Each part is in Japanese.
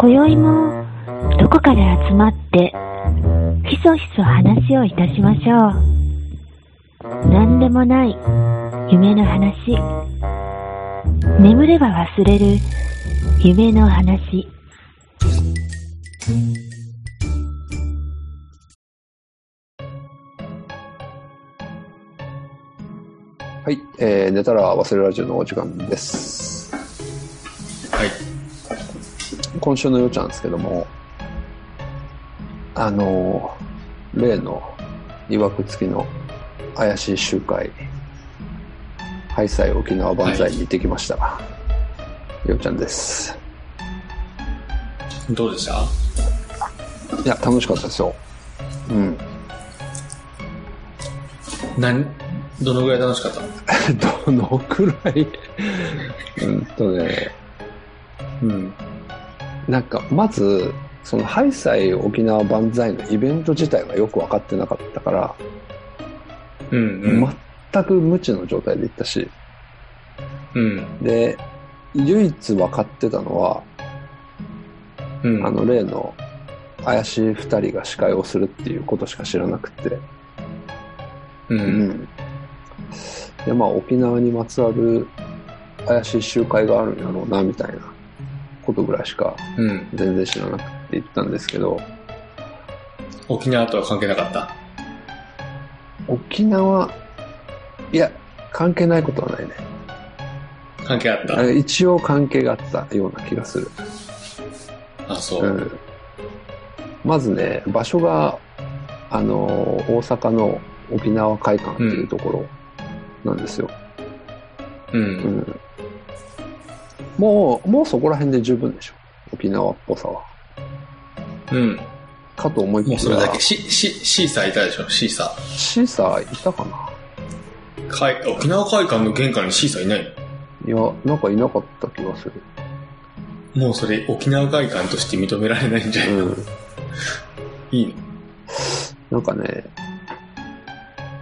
今宵もどこかで集まってひそひそ話をいたしましょう何でもない夢の話眠れば忘れる夢の話はい、えー、寝たら忘れるラジオのお時間です。はい。今週のようちゃんですけども、あのー例のいわくつきの怪しい集会、ハイサイ沖縄万歳に行ってきました。ようちゃんです。どうでしたいや、楽しかったですよ。うん。 何どのぐらい楽しかったのどのくらいうんとね、うん。なんか、まず、その、ハイサイ沖縄万歳のイベント自体がよく分かってなかったから、うん全く無知の状態で行ったし、うん。で、唯一分かってたのは、うんあの、例の、怪しい二人が司会をするっていうことしか知らなくて、うう。んで、まあ、沖縄にまつわる怪しい集会があるんやろうな、みたいなことぐらいしかうん。全然知らなくて行ったんですけど、沖縄とは関係なかった。沖縄、いや、関係ないことはないね。関係あっあた。の一応関係があったような気がする。あ、そうう。ん。まずね、場所が、あの、大阪の沖縄会館っていうところなんですよ。う。うんん。もう、もうそこら辺で十分でしょ。沖縄っぽさは。うん。かと思いきもやうそれだけ。シ、シ、シーサーいたでしょシーサシーサーいたかなー。かい、沖縄会館の玄関にシーサーいないいや、なんかいなかった気がする。のもうそれ沖縄会館として認められないんじゃない、うん。いいなのんかね、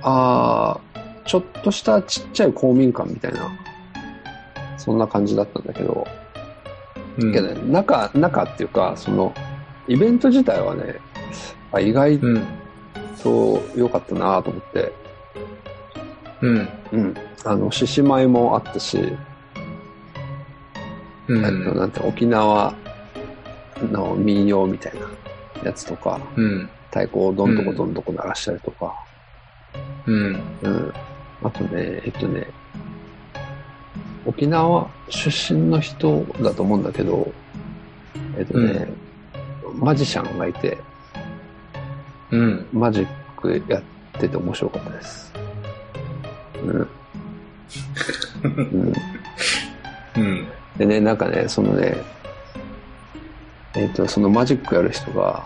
あーちょっとしたちっちゃい公民館みたいな、そんな感じだったんだけど、うんけどね、中、中っていうか、その、イベント自体はね、あ意外うん。と良かったなと思って、うん。うん。あの、獅子舞もあったし、うえっとん。なんて沖縄の民謡みたいなやつとか、うん。太鼓をどんどこどんどこ鳴らしたりとか、うん。うん。あとね、えっとね、沖縄出身の人だと思うんだけど、えっとね、マジシャンがいて、うん。マジックやってて面白かったです。うん。うん、うん。でね、なんかね、そのね、えっと、そのマジックやる人が、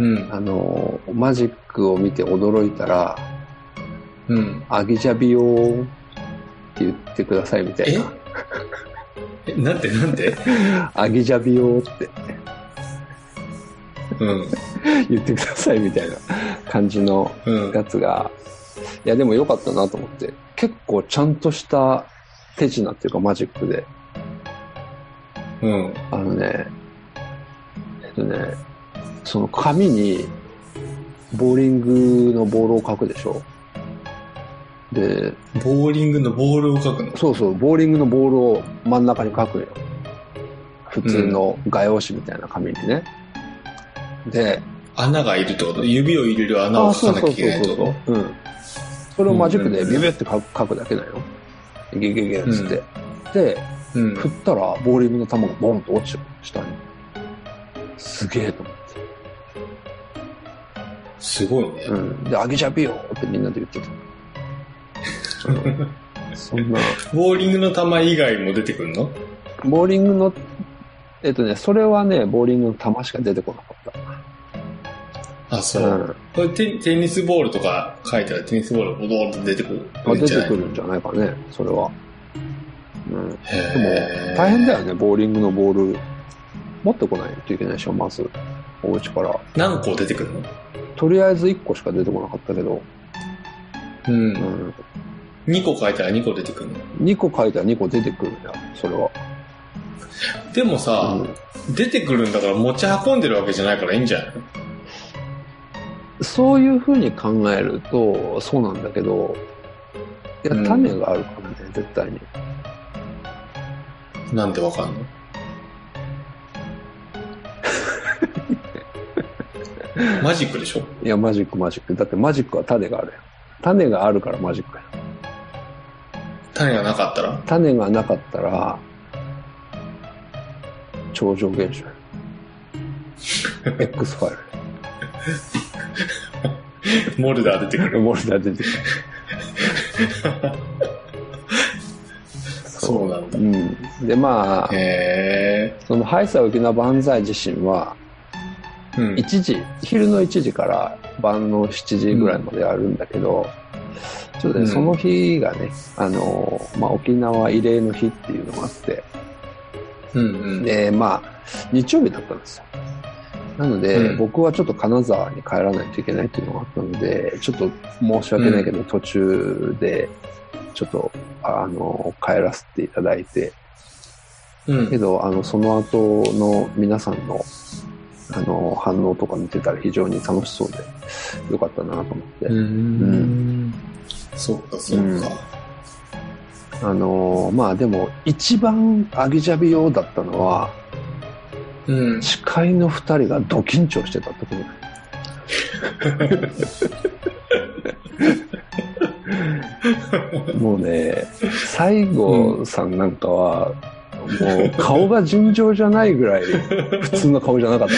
うん。あの、マジックを見て驚いたら、うん。アギジャビオって言ってくださいみたいえ な。え、なんてなんてアギジャビオって うん。言ってくださいみたいな感じのうん。やつが、いやでも良かったなと思って、結構ちゃんとした手品っていうかマジックで、うん。あのね、えっとね、その紙にボーリングのボールを書くでしょ。で、ボーリングのボールを書くのそうそう、ボーリングのボールを真ん中に書くんよ。普通の画用紙みたいな紙にね。で、穴がいるってこと指を入れる穴を書かなきゃいけないってことう。うん。それをマジックでビュビュって書く書くだけだよ。ゲゲゲっつって。で、うん。振ったらボーリングの球がボンと落ちる、下に。すげえと思って。すごいね。うん。で、あげちゃびよってみんなで言ってた。うんそんな、ボーリングの球以外も出てくるのボーリングの、えっとね、それはね、ボーリングの球しか出てこなかっあ、そた。う。ん。これテテニスボールとか書いたらテニスボールがボドーンと出てくる。あ出じゃなていくるんじゃないかね、それは。うん。でへも、ー大変だよね、ボーリングのボール。持ってこないといけないでしょ、まず。お家から。何個出てくるのとりあえず1個しか出てこなかったけど、うう。んん。 2個書いたら2個出てくるの2個書いたら2個出てくるんだよ、それは。でもさ、うん出てくるんだから持ち運んでるわけじゃないからいいんじゃないそういうふうに考えると、そうなんだけど、いやうん、種があるからね、絶対に。なんでわか んのマジックでしょいや、マジック、マジック。だってマジックは種があるやん。種があるからマジックやん。種がなかったら種がなかったら、超常現象やん。X ファイモルダー出てく ル。る。モルダー出てきた。そうなんだう。ん。で、まあ、へその、ハイサイ沖縄万歳自身は、え。うん。 1時、昼の1時から晩の7時ぐらいまでやるんだけど、ちょっとね、うんその日がね、あの、まあ、沖縄慰霊の日っていうのがあって、うんうん。で、まあ、日曜日だったんですよ。なので、うん僕はちょっと金沢に帰らないといけないっていうのがあったので、ちょっと申し訳ないけど、途中で、ちょっと、あの、帰らせていただいて、うんけど、あの、その後の皆さんの、あの、反応とか見てたら非常に楽しそうで、よかったなと思って。うーん。そっかそっうんか。あの、まあでも、一番アギジャビ用だったのは、うん。司会の二人がド緊張してたってことねもうね、西郷さんなんかは、もう顔が尋常じゃないぐらい普通の顔じゃなかった。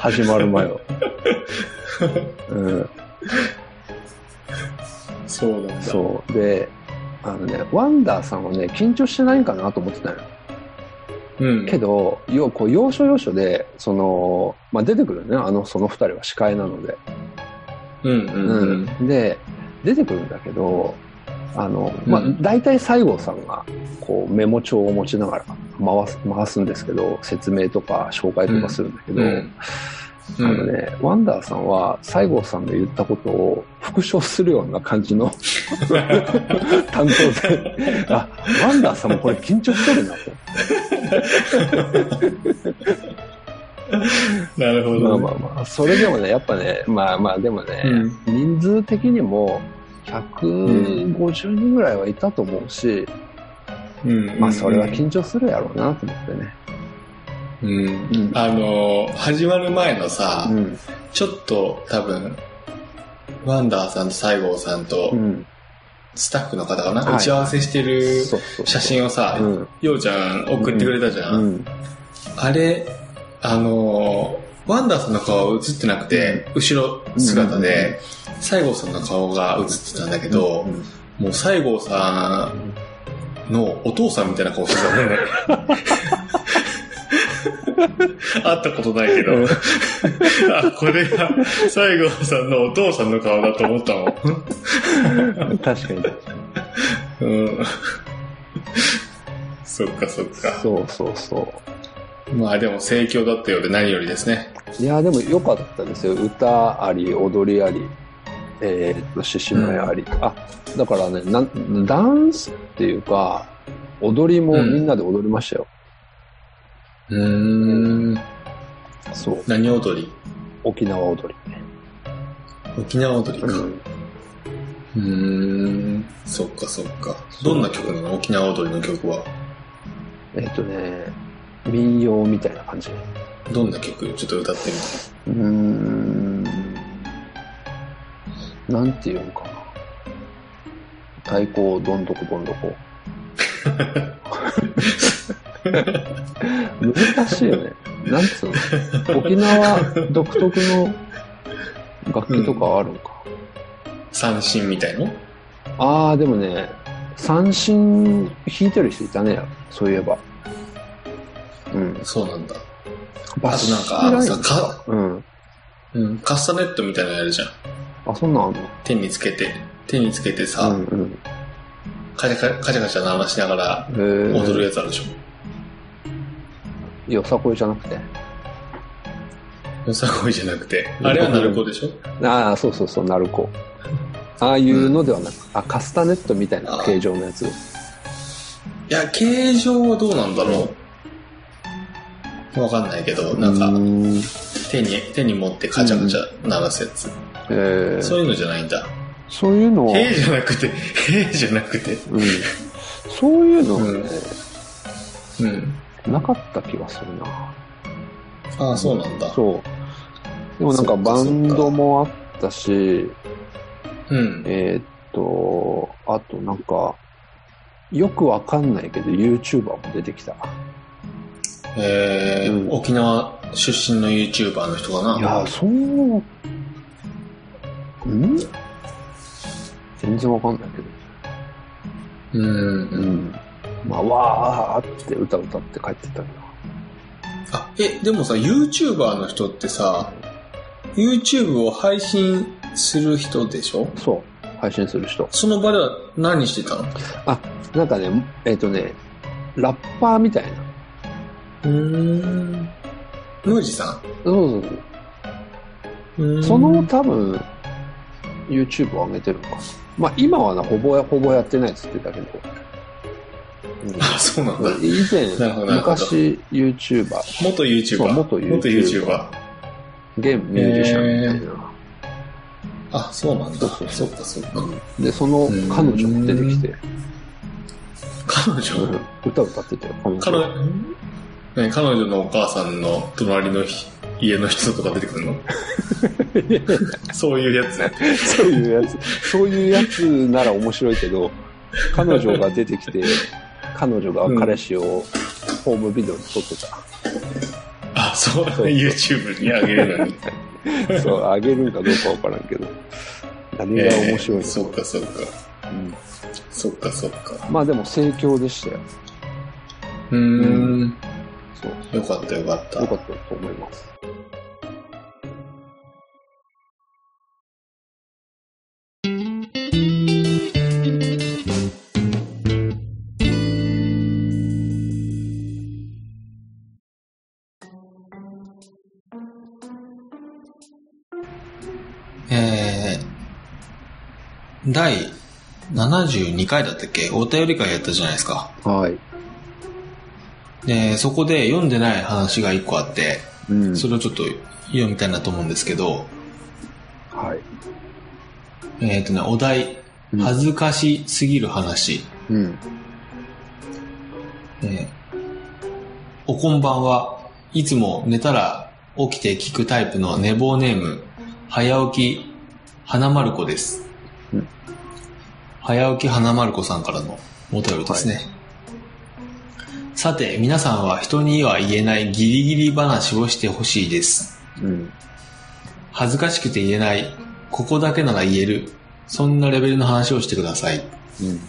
始まる前は。うん、そうなんだ。そう。で、あのね、ワンダーさんはね、緊張してないんかなと思ってたよ。うん。けど、要こう要所要所で、その、まあ、出てくるよね、あの、その二人は司会なので。うんうんうん。で、出てくるんだけど、あの、まあうん、大体西郷さんが、こう、メモ帳を持ちながら回す、回すんですけど、説明とか紹介とかするんだけど、うんあのね、ワンダーさんは西郷さんの言ったことを復唱するような感じの 担当で、あ、ワンダーさんもこれ緊張してるなと。なるほまあどまね。あまあ、それでもね、やっぱね、まあまあでもね、うん人数的にも150人ぐらいはいたと思うし、うんまあそれは緊張するやろうなと思ってね。うん。うんあのー、始まる前のさ、うん。ちょっと多分、ワンダーさんと西郷さんとうん。スタッフの方かな、はい打ち合わせしてるそうそう。写真をさ、うん。ようちゃん送ってくれたじゃん。うん。あれ、あのーワンダーさんの顔は映ってなくて、後ろ姿で、西郷さんの顔が映ってたんだけど、うんもう西郷さんのお父さんみたいな顔してたもんね。 会ったことないけど、うんあ、これが西郷さんのお父さんの顔だと思ったもん。確かに。うん、そっかそっか。そうそうそう。まあでも盛況だったようで何よりですね。いや、でも良かったですよ。歌あり、踊りあり、えーっと、獅子舞あり。あ、だからねなん、ダンスっていうか、踊りもみんなで踊りましたよ。うん。そう。何踊り沖縄踊り。沖縄踊りか。うんうん。そっかそっか。どんな曲なの沖縄踊りの曲は。えっ、とね、民謡みたいな感じ。どんな曲ちょっと歌ってみうて。ーん。なんていうんかな。太鼓をどんどこどんどこ。 難しいよね。なんつうの沖縄独特の楽器とかあるんか。三振みたいのああ、でもね、三振弾いてる人いたね、そういえば。うん。そうなんだ。バあとなんか、あのさ、か、うん。うん、カスタネットみたいなのやるじゃん。あ、そんなんあんの手につけて、手につけてさ、うんうん。カチャカチャカチャカチャ鳴らしながらえー踊るやつあるでしょ。よさこいじゃなくて。よさこいじゃなくて。あれは鳴る子でしょああ、そうそうそう、鳴子。ああいうのではなく、あ、カスタネットみたいな形状のやつ。いや、形状はどうなんだろう。わかんないけど、なんうか、ん手に、手に持ってカチャカチャ鳴らすやつ。えーそういうのじゃないんだ。そういうのは、へえじゃなくて、へえじゃなくて。うん、そういうのはね、うん。なかった気がするな。ああ、そうなんだ。そう。でもなんかそっかバそっかンドもあったし、うん。えーっと、あとなんか、よくわかんないけど YouTuber も出てきた。いえーうん沖縄出身の YouTuber の人かな。やー、そう、ん全然わかんないけど。うん、ううん。ん。まあ、わーって歌歌って帰ってったんだ。あ、え、でもさ、YouTuber の人ってさ、YouTube を配信する人でしょそう。配信する人。その場では何してたのあ、なんかね、えーっとね、ラッパーみたいな。うーん。ムージさそうそうそう。んうーん。その多分、YouTube を上げてるのか。まあ今はな、ほぼやほぼやってないっつってたけど。 あ、そうなんうだ。ん以前なるほど、なるほど昔 YouTuber、元 YouTuber。そう元 YouTuber 元 YouTuber。現ミュージシャンみたいな。あ、そうなんそだうそう。そっかそっか。で、その彼女も出てきて、彼う女ん歌歌ってたよ、彼彼女。女、ね、彼女のお母さんの隣のひ家の人とか出てくるのそういうやつね。 そういうやつ、そういうやつなら面白いけど、彼女が出てきて、彼女が彼氏をホームビデオに撮ってた。あ、そう、そう YouTube にあげるのに。そう、あげるんかどうかわからんけど。何が面白いえーの、そっかそっか。うんそっかそっか。まあでも盛況でしたよ。うーん。そう。よかったよかった。良かったと思います。えー、第72回だったっけお便り会やったじゃないですか。はい。で、そこで読んでない話が1個あって、うんそれをちょっと読みたいなと思うんですけど、はい。えっ、とね、お題、うん恥ずかしすぎる話、うん。えーおこんばんは。いつも寝たら起きて聞くタイプの寝坊ネーム、早起き、花丸子です。うん早起き花丸子さんからのお便りですね。さて、皆さんは人には言えないギリギリ話をしてほしいです。うん。恥ずかしくて言えない、ここだけなら言える、そんなレベルの話をしてください。うん。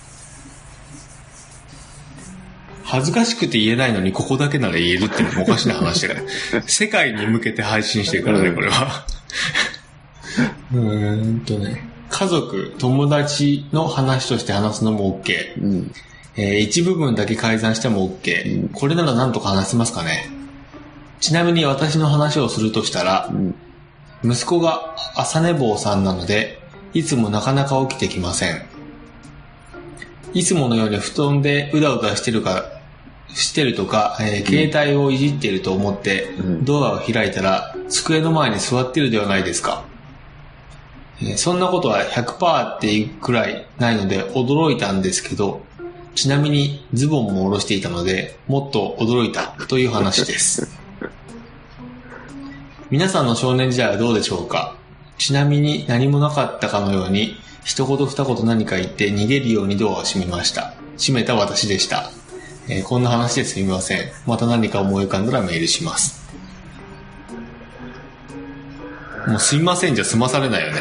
恥ずかしくて言えないのにここだけなら言えるってのもおかしな話 だよね。世界に向けて配信してるからね、これは。うーんとね。家族、友達の話として話すのも OK。うん。えー一部分だけ改ざんしても OK。うんこれなら何とか話せますかね。ちなみに私の話をするとしたらう、ん。息子が朝寝坊さんなので、いつもなかなか起きてきません。いつものように布団でうだうだしてるか、してるとか、えー携帯をいじってると思って、うんドアを開いたら、机の前に座ってるではないですか。えーそんなことは100%っていうくらいないので驚いたんですけど、ちなみにズボンも下ろしていたので、もっと驚いたという話です。 皆さんの少年時代はどうでしょうかちなみに何もなかったかのように、一言二言何か言って逃げるようにドアを閉めました。閉めた私でした。えーこんな話ですみません。また何か思い浮かんだらメールします。もうすみませんじゃ済まされないよね。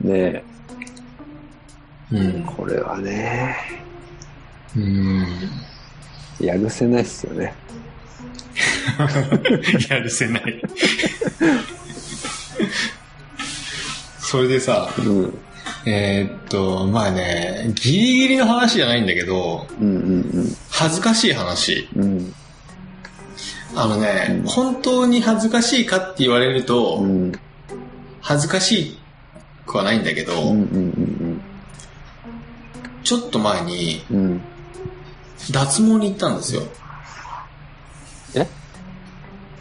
ねえ、うん。これはね、うん。やるせないっすよね。やるせない。それでさ、うん。えーっと、まあね、ギリギリの話じゃないんだけど、うんうん恥ずかしい話。うん。うん。あのね、うん本当に恥ずかしいかって言われると、うん。恥ずかしくはないんだけど、うんうんうんちょっと前に、うん。うん。脱毛に行ったんですよ。え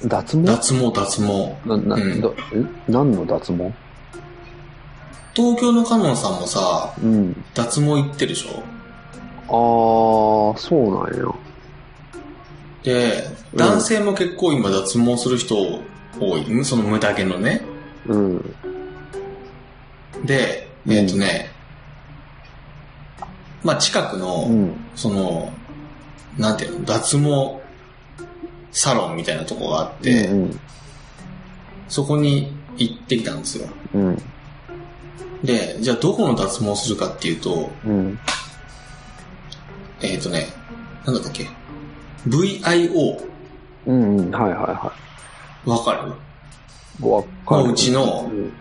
脱毛脱毛、脱毛。な、な、うんどえ何の脱毛東京のカノンさんもさ、うん。脱毛行ってるでしょあー、そうなんや。で、うん男性も結構今脱毛する人多い。その無駄毛のね。うん。で、えっ、とね、まあ近くの、うん。その、なんていうの、脱毛サロンみたいなとこがあって、うん。そこに行ってきたんですよ。うん。で、じゃあどこの脱毛するかっていうと、うん。えっ、とね、なんだったっけ ?VIO。うん。うん。はいはいはわかるい。わかる。のうちうのん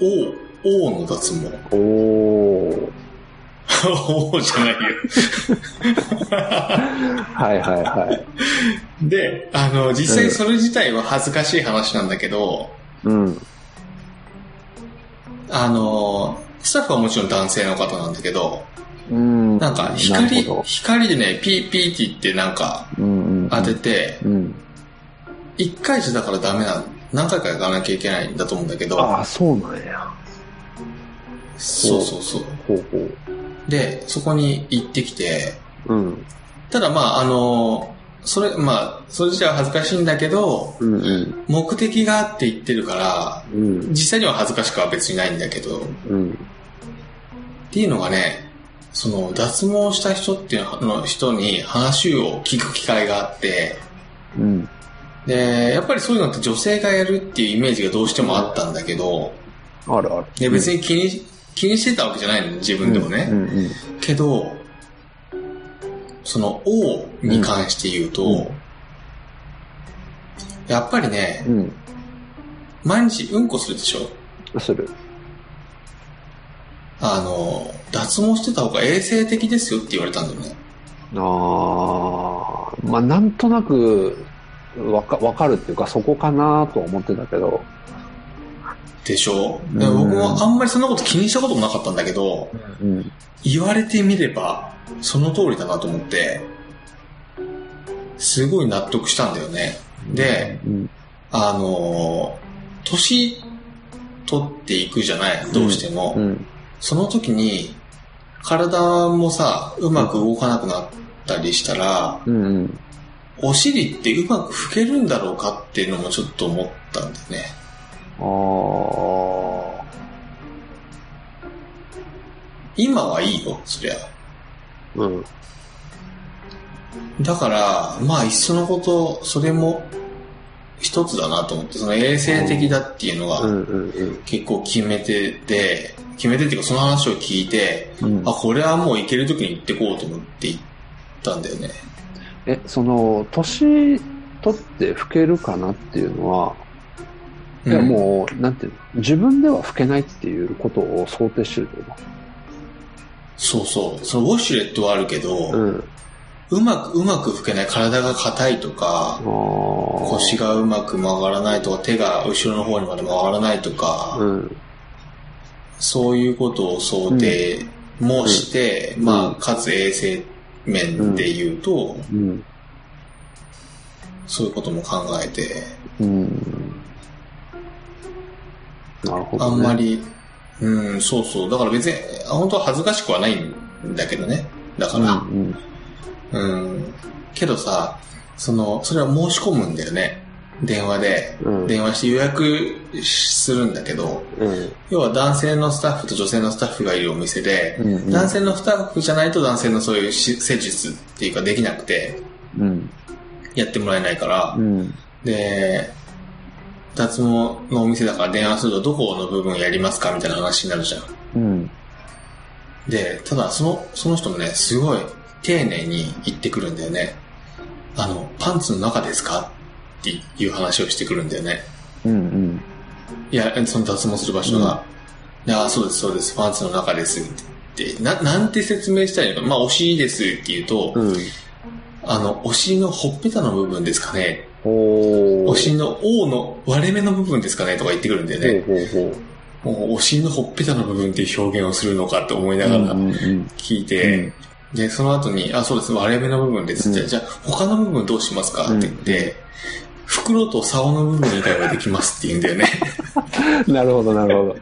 ?O。O の脱毛。 おー。 O じゃないよ。はいはいはい。で、あの、実際それ自体は恥ずかしい話なんだけど、うん。あの、スタッフはもちろん男性の方なんだけど、うん。なんかなる光ほ、光でね、ピーピーって言ってなんかどうんうん。当てて、うん。一回じゃだからダメな、何回か行かなきゃいけないんだと思うんだけど、ああ、そうなんや。そうそうそう。ほうほう。で、そこに行ってきて、うん。ただまああの、それ、まあ、それ自体は恥ずかしいんだけど、うんうん。目的があって言ってるから、うん。実際には恥ずかしくは別にないんだけど、っうん。ていうのがね、その脱毛した人っていうのの人に話を聞く機会があって、うん。で、やっぱりそういうのって女性がやるっていうイメージがどうしてもあったんだけど、あるある。いや別に気に、気にしてたわけじゃないの、自分でもね。うんうん。けど、その王に関して言うと、うんやっぱりね、うん。毎日うんこするでしょする。あの、脱毛してた方が衛生的ですよって言われたんだよね。ああ、まあなんとなくわかわかるっていうかそこかなとは思ってたけど。でしょうんで僕もあんまりそんなこと気にしたこともなかったんだけど、うん。言われてみれば、その通りだなと思って、すごい納得したんだよね。で、うん。あの、年取っていくじゃないどうしても。うん。その時に、体もさ、うまく動かなくなったりしたら、うん。うん。お尻ってうまく拭けるんだろうかっていうのもちょっと思ったんだよね。ああ、今はいいよ、そりゃ。うん。だから、まあ、いっそのこと、それも一つだなと思って、その衛生的だっていうのうがんうんうん。結構決めてて、決めてっていうかその話を聞いて、うんあ、これはもう行ける時に行ってこうと思って行ったんだよね。え、その、年取って老けるかなっていうのは、いやんもう、なんていうの、自分では老けないっていうことを想定してるってこそうそう。そのウォシュレットはあるけど、とうん。うまく、うまく拭けない。体が硬いとあかあ、。腰がうまく曲がらないとか、手が後ろの方にまで曲がらないとか、うん。そういうことを想定もして、んまあ、かつ衛生面で言うと、うん。そういうことも考えて、うん。なるほあど、ね。んまり、うん、そうそう。だから別に、あ本当は恥ずかしくはないんだけどね。だかうんら、うん。うん。けどさ、その、それは申し込むんだよね。電話で。うん電話して予約するんだけど、うん要は男性のスタッフと女性のスタッフがいるお店で、うん男性のスタッフじゃないと男性のそういうし施術っていうかできなくて、うんやってもらえないから、うんで、脱毛のお店だから電話するとどこの部分やりますかみたいな話になるじゃん。うんで、ただその、その人もね、すごい丁寧に言ってくるんだよね。あの、パンツの中ですかっていう話をしてくるんだよね。うんいや、その脱毛する場所が、であ、そうです、そうです、パンツの中ですって。な、なんて説明したらいいのか。まあ、お尻ですって言うと、うんあの、お尻のほっぺたの部分ですかね。おお尻の O の割れ目の部分ですかねとか言ってくるんだよね。ほうほうほもうお尻のほっぺたの部分っていう表現をするのかって思いうながらうんうん聞いて、で、その後に、あ、そうです、割れ目の部分です。うんじゃあ、じゃあ他の部分どうしますかって言って、袋と竿の部分以外はできますって言うんだよね。 なるほど、なるほど。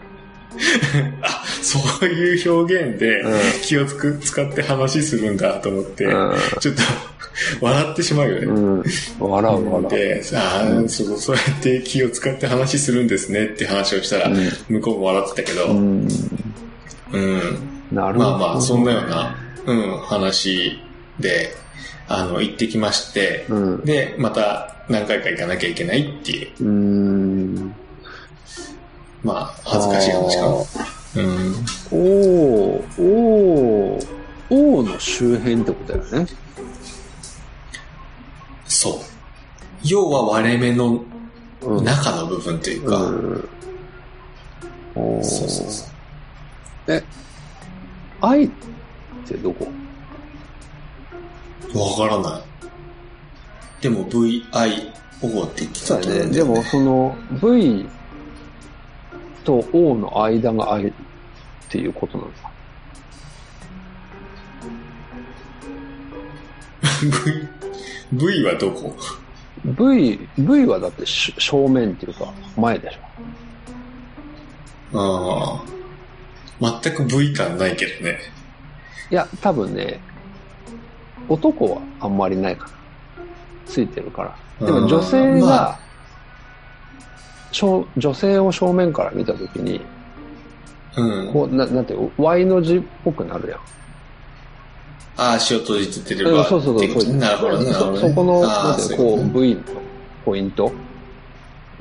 あ、そういう表現でうん気をつく使って話するんだと思って、ちょっと 笑ってしまうよね。うん。うん。笑う、笑で、さあ、そう、そうやって気を使って話するんですねって話をしたら、向こうも笑ってたけど、う。うん。うん。なるほまど。あまあ、そんなような、うん、話で、あの、行ってきまして、うん。で、また何回か行かなきゃいけないっていう、うーん。まあ、恥ずかしい話かも。うん。おおおーおーの周辺ってことだよね。そう。要は割れ目のうん。中の部分というか、うん。おーそうそうそう。愛ってどこわからない。でも VIO って言ってたと思うんだよね。で も、その V と O の間が愛っていうことなんですか V、V はどこ V、V はだってし正面っていうか前でしああ。全く V 感ないけどね。ょいや、多分ね、男はあんまりないかな。ついてるから。でも女性うんが、まあ正女性を正面から見たときに、うん。こう、ななんていう、Y の字っぽくなるやん。ああ、足を閉じてれうんば。そうそうっそてういことねなるほど、なるほどそね。そこの、なあんあていうのそいこことねう、V のポイント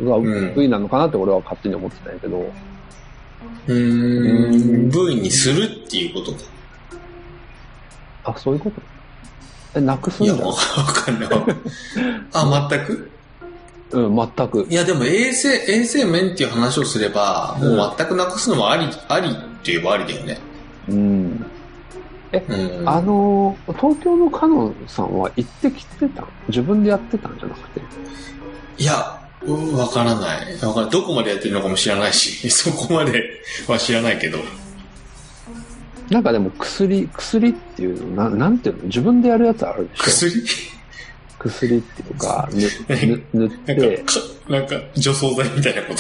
が、ん V なのかなって俺は勝手に思ってたんやけど、うーん、V にするっていうことか。あ、そういうことえ、なくすいんじや、ゃわんかんない。あ、全くうん、全くい。や、でも衛生、衛生面っていう話をすれば、もう全くなくすのもあり、ありって言えばありだよね。うん。うん。あのー、東京のカノンさんは行ってきてたん自分でやってたんじゃなくて。いや、うんわからない。わからない。どこまでやってるのかも知らないし、 そこまでは知らないけど。なんかでも薬、薬っていうの、ななんていうの自分でやるやつあるでしょ薬薬っていうか、 ぬぬ塗っなんかて、、かなんか、除草剤みたいなこ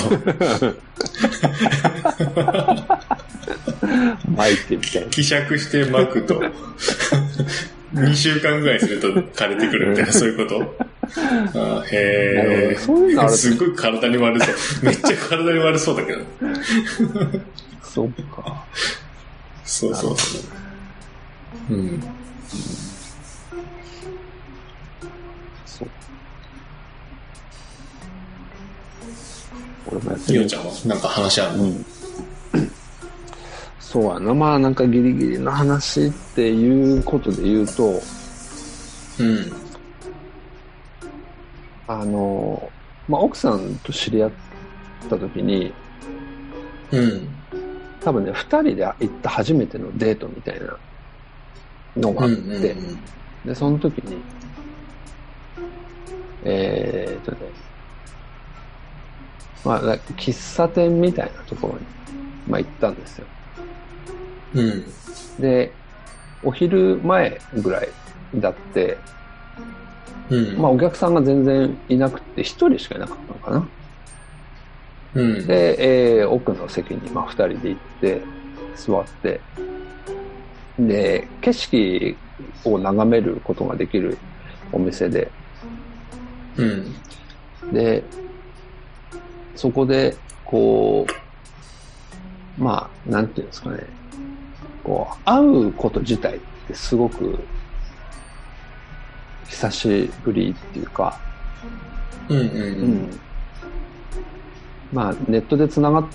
と。巻いてみたいな。希釈して巻くと、2週間ぐらいすると枯れてくるみたいな、そういうことあーなへるほどそういうのあえ。るすごい体に悪そう。めっちゃ体に悪そうだけど。そっか。そうそうそう。うん。そう。俺もやってみおる。ちゃんはなんか話あるうのん。そうやな。まあなんかギリギリの話っていうことで言うと、うん。あの、まあ奥さんと知り合った時に、うん。多分ね、二人で行った初めてのデートみたいなのがうあんっうて、んうん。で、その時に、えーっとね、まあ、だ喫茶店みたいなところに、まあ、行ったんですよ。うん。で、お昼前ぐらいだって、うん。まあ、お客さんが全然いなくて、一人しかいなかったのかな。うん。で、えー奥の席に、まあ、二人で行って、座って、で、景色を眺めることができるお店で、うん。で、そこで、こう、まあ、なんていうんですかね、こう、会うこと自体ってすごく、久しぶりっていうか、うんううんん。まあ、ネットで繋がっ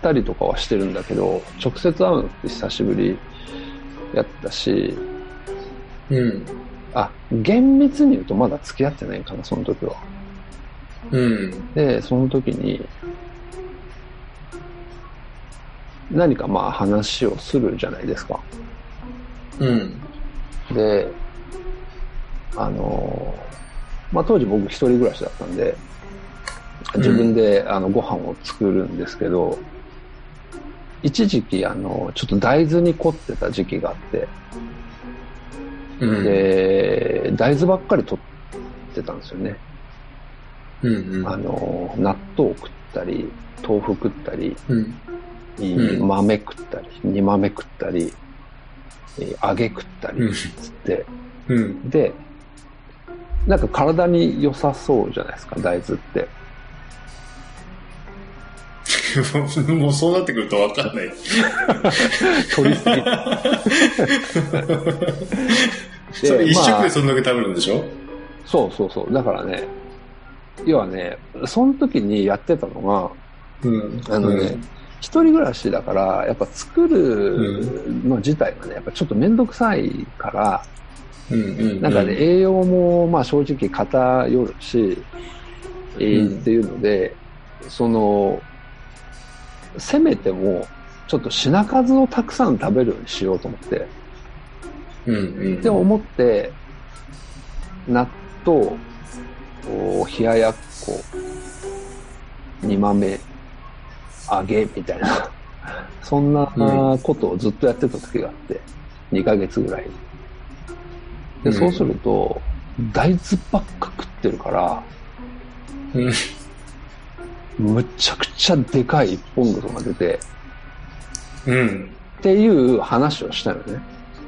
たりとかはしてるんだけど、直接会うのって久しぶりやったし、うん。うん。あ、厳密に言うとまだ付き合ってないかな、その時は。うん。で、その時に、何かまあ話をするじゃないですか。うん。で、あの、まあ当時僕一人暮らしだったんで、自分で、あのご飯を作るんですけど、一時期あの、ちょっと大豆に凝ってた時期があって、うん。で、大豆ばっかり取ってたんですよね。うん。あの、納豆食ったり、豆腐食ったり、うん。ん豆食ったり、煮豆食ったり、えー揚げ食ったうりんつって、うん。で、なんか体に良さそうじゃないですか、大豆って。もうそうなってくるとわかんない。取りす ぎてそれ一ま食あでそんだけ食べるんでしょ、そうそうそう。だからね、要はね、その時にやってたのが、うん。あのね、一人暮らしだから、やっぱ作るの自体がね、やっぱちょっとめんどくさいから、うん。うん。うん。なんかね、栄養もまあ正直偏るし、えーうんっていうので、その、せめても、ちょっと品数をたくさん食べるようにしようと思って、うん。うん。って思って、納豆、お冷ややっこ、煮豆、揚げみたいな、 そんなうことをずっとやってた時があって、2ヶ月ぐらい。うで、んそうすると、大豆ばっか食ってるから、うんむちゃくちゃでかい一本具とか出て、うん。っていう話をしたよね。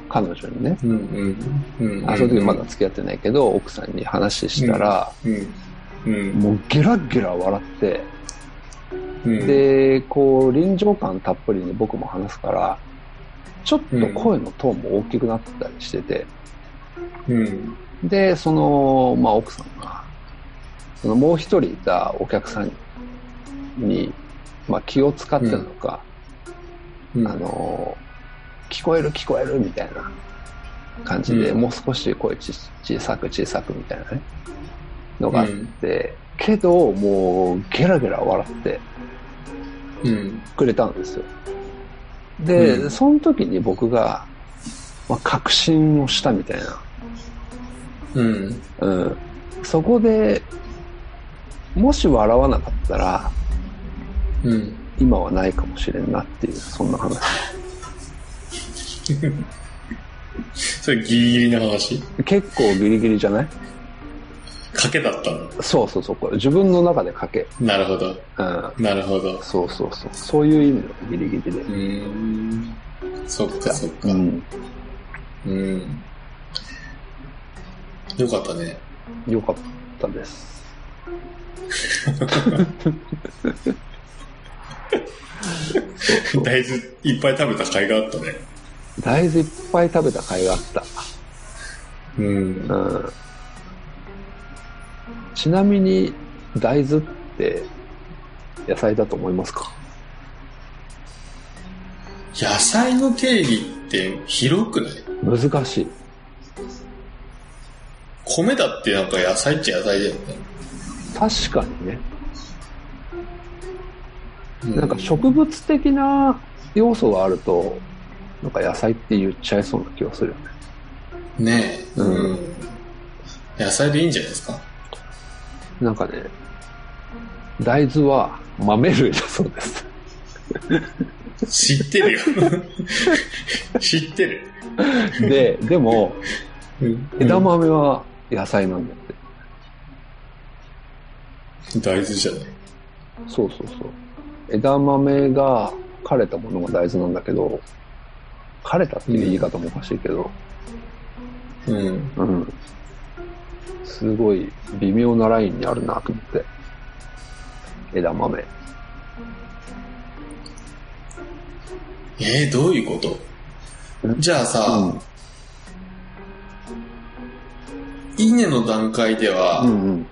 彼女にね。うん。うん。うん。あその時まだ付き合ってないけど、奥さんに話したら、うん。うん。もうゲラゲラ笑って、うん、で、こう、臨場感たっぷりに僕も話すから、ちょっと声のトーンも大きくなったりしてて、うん。で、その、まあ奥さんが、そのもう一人いたお客さんに、まあ気を使ってなのか、うん。あの、聞こえる聞こえるみたいな感じで、うんもう少し声ち小さく小さくみたいなね、のがあって、けど、もうゲラゲラ笑ってうん。くれたんですよ。で、うんその時に僕が、まあ、確信をしたみたいうん。な、うん。そこで、もし笑わなかったら、うん。 今はないかもしれんなっていう、そんな話。それギリギリな話結構ギリギリじゃない賭けだったのそうそうそう、これ自分の中で賭け。なるほど。うん。なるほど。そうそうそう。そういう意味のギリギリでう。ーん。そっかそっか。ん。うん。よかったね。よかったです。そうそう大豆いっぱい食べた甲斐があったね。大豆いっぱい食べた甲斐があっうんた。。うん。ちなみに、大豆って野菜だと思いますか野菜の定義って広くない難しい。米だってなんか野菜っちゃ野菜だよね。確かにね。うなんか植物的な要素があると、なんか野菜って言っちゃいそうな気がするよね。ねえ。うんうん。野菜でいいんじゃないですかなんかね、大豆は豆類だそうです。知って るよ。知ってる。で、でも、うん枝豆は野菜なんだって。大豆じゃない。そうそうそう。枝豆が枯れたものが大豆なんだけど、枯れたっていう言い方もおかしいけど、うん。うん。すごい微妙なラインにあるなと思って。枝豆。えー、どういうことうんじゃあさ、稲の段階では、うんうん。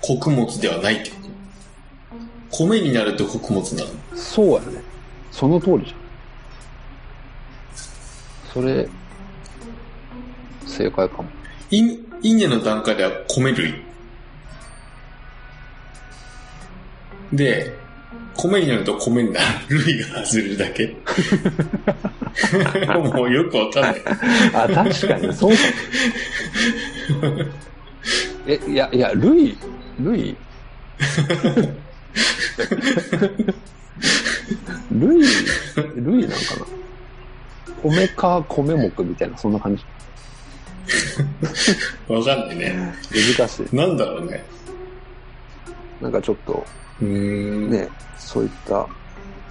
穀物ではないってこと米になると穀物なのそうやね。その通りじゃん。それ、正解かも。い稲の段階では米類で米になると米になる類が外れるだけ もうよくわかんないあ、確かに、そうかも。 え、いや、いや、ルイ、ル イルイ、ルイなんかな米か米目みたいな、そんな感じ。わかんないね。難しい。なんだろうね。なんかちょっと、うーん。ね、そういった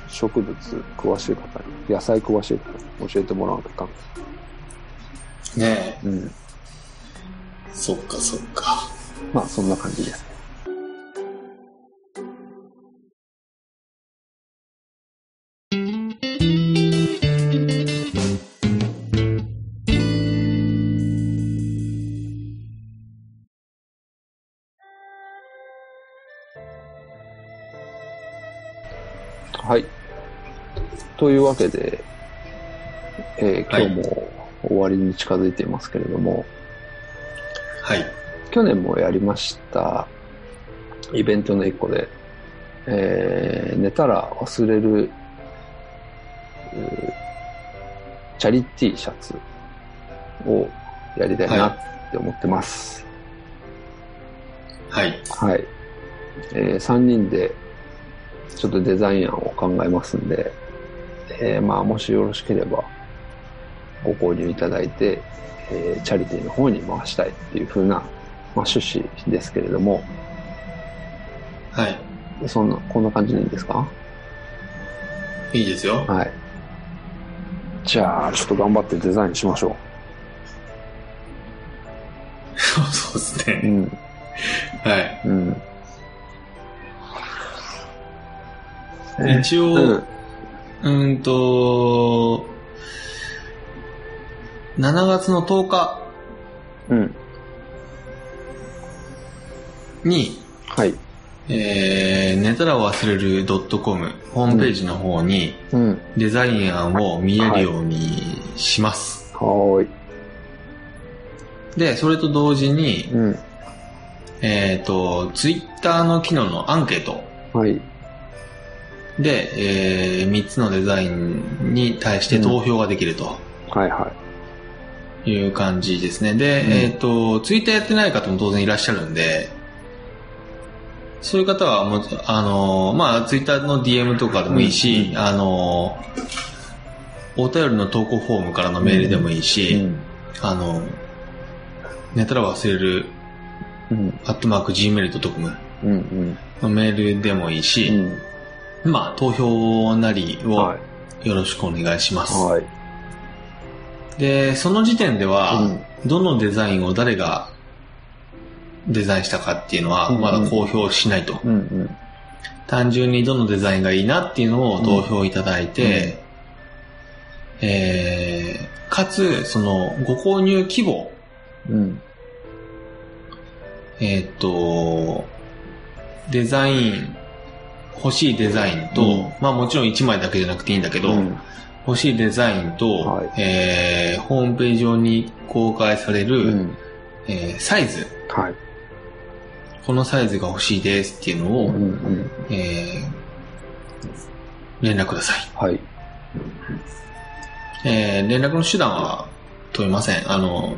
植物詳しい方に、野菜詳しい方に教えてもらわなきゃいかん。ねうん。え。そっかそっか。まあ、そんな感じです。はい。というわけで、えーはい今日も終わりに近づいていますけれども、はい。去年もやりましたイベントの一個で、えー寝たら忘れる、うーチャリティーシャツをやりたいなって思ってます。はい。はい。え3人でちょっとデザイン案を考えますんで、えーまあもしよろしければご購入いただいて、えーチャリティーの方に回したいっていう風な、まあ、趣旨ですけれども、はい。そんな、こんな感じでいいんですかいいですよ。はい。じゃあ、ちょっと頑張ってデザインしましょ そうですう。うね。ん。はい。うん。一応、うん。うーんと、7月の10日うん。に、はい。えー、寝たら忘れる .com ホームページの方にうん。デザイン案を見えるようにします。はーい。で、それと同時に、うん。えっ、と、Twitter の機能のアンケートはい。で、えー、3つのデザインに対して投票ができるとはいはいう感じですね。で、うんえっ、と、Twitter やってない方も当然いらっしゃるんで、そういう方はもう、あのー、まあ、Twitter の DM とかでもいいし、あのー、お便りの投稿フォームからのメールでもいいい。し、うん。あのー、寝たら忘れる、うん。アットマーク gmail.com うん。うん。のメールでもいいし、まあ、投票なりうん。をはい。よろしくお願いします。はい。で、その時点では、うんどのデザインを誰がデザインしたかっていうのは、うんうんまだ公表しないと。うん。うん。単純にどのデザインがいいなっていうのを投票いただいて、えー、かつ、その、ご購入規模、うん。えーっと、デザイン、欲しいデザインと、うんまあもちろん1枚だけじゃなくていいんだけど、うん欲しいデザインと、はいえー、ホームページ上に公開される、うん。えーサイズ、はい。このサイズが欲しいですっていうのを、うん。うん。えー連絡ください。はい。えー連絡の手段は問いません。あの、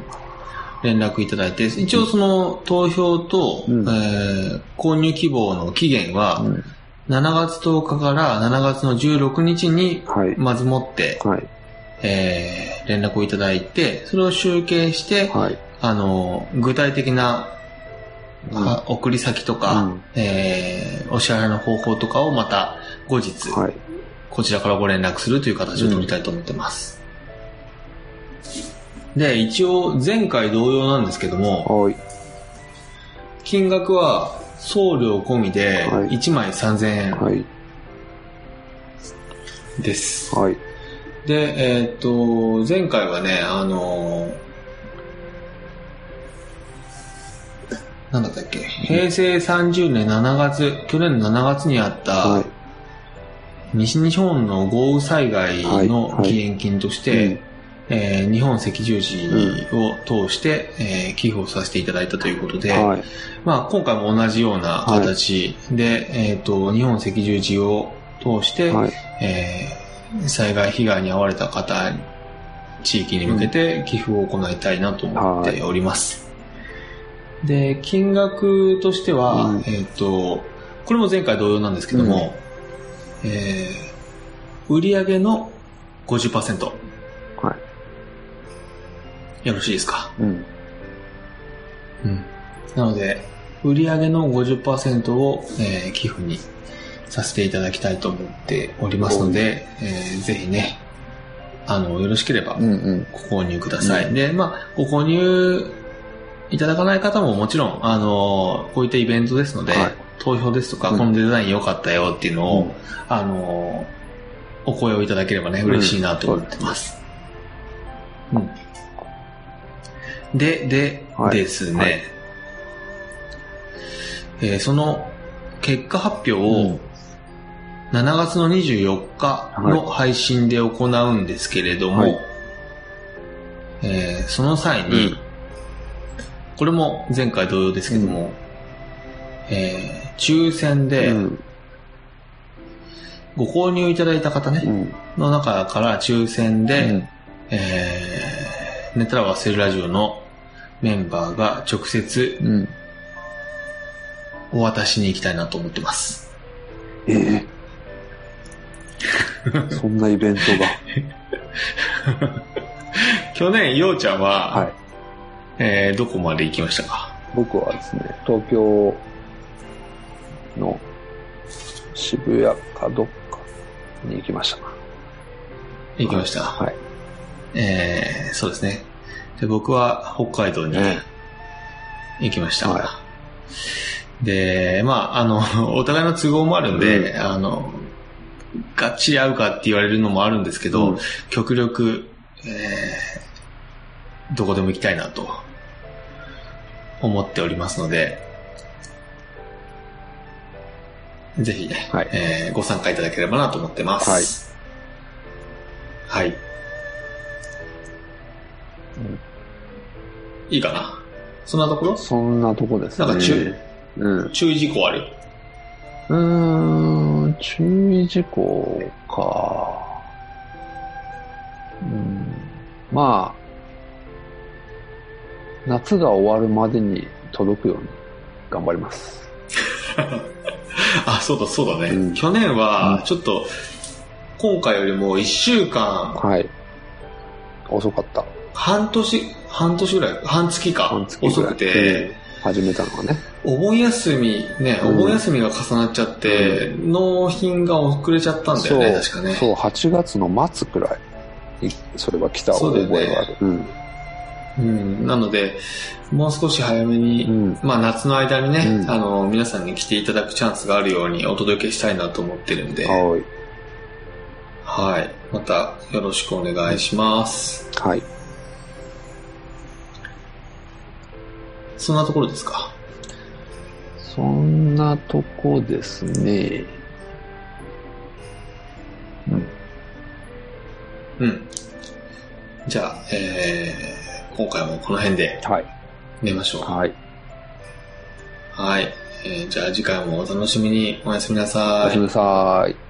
連絡いただいて、一応その投票と、うんえー購入希望の期限は、うん。 7月10日から7月の16日に、はい。まずもって、はい。えー連絡をいただいて、それを集計して、はい。あの、具体的な、うんは送り先とか、うんえーお支払いの方法とかをまた後日、はい。こちらからご連絡するという形を取りたいと思ってます。で、一応前回同様なんですけども、はい。金額は送料込みではい1枚3000円はい。です。はい。で、えーっと、前回はね、あのーなんだったっけ平成30年7月、去年の7月にあった、はい。西日本の豪雨災害の義援金として、はいはいえー日本赤十字を通して、えー寄付をさせていただいたということで、はい。まあ、今回も同じような形で、えー、と日本赤十字を通して、はい。えー災害被害に遭われた方地域に向けて寄付を行いたいなと思っております、で金額としては、うんえっ、とこれも前回同様なんですけども、えー売上の50%はよろしいですか。い。うん。うん。なので、売り上げの50%を、えー寄付にさせていただきたいと思っておりますので、えーぜひね、あの、よろしければうんうん。ご購入ください。で、まあ、ご購入いただかない方ももちろん、あの、こういったイベントですので、はい投票ですとか、うんこのデザイン良かったよっていうのを、うんあの、お声をいただければね、嬉しいなと思ってます。うん。で、で、はいですね、はえーその結果発表うをん7月の24日の配信で行うんですけれども、はいえーその際に、うんこれも前回同様ですけども、えー抽選でうんご購入いただいた方ね、うん。の中から抽選で、うんえー、寝たら忘れるラジオのメンバーが直接うん。お渡しに行きたいなと思ってます。ええそんなイベント去年、ようちゃんは、が。はい。えー、どこまで行きましたか僕はですね、東京の渋谷かどっかに行きました。行きました。はい。えー、そうですね。で、僕は北海道にね行きました。はで、まあ、あの、お 互いの都合もあるんで、うあの、がっちり合うかって言われるのもあるんですけど、うん極力、えー、どこでも行きたいなと思っておりますので、ぜひね、はいえーご参加いただければなと思ってます。はい。うんいいかなそんなところそんなとこですね。なんか注うん。う注意事項あるーん、注意事項か。うん。まあ、夏が終わるまでに届くように頑張ります。あ、そうだそうだね。うん去年はう、んちょっと、今回よりも1週間、はい。遅かった。半年、半年ぐらい、半月か、半月ぐらい遅くて、始めたのがね。お盆休み、ね、うおん盆休みが重なっちゃって、納品が遅れちゃったんだよね、確かね。そう、8月の末くらいに、それは来たそうだ覚よねえがある。うんうん、なので、もう少し早めに、うんまあ夏の間にね、うんあの、皆さんに来ていただくチャンスがあるようにお届けしたいなと思ってるんで、はい。はい。またよろしくお願いします。はい。そんなところですかそんなとこですね。うん。じゃあ、えー、今回もこの辺ではい。寝ましょう。はい。はい。えーじゃあ次回もお楽しみに。おやすみなおさやいすみ。なさい。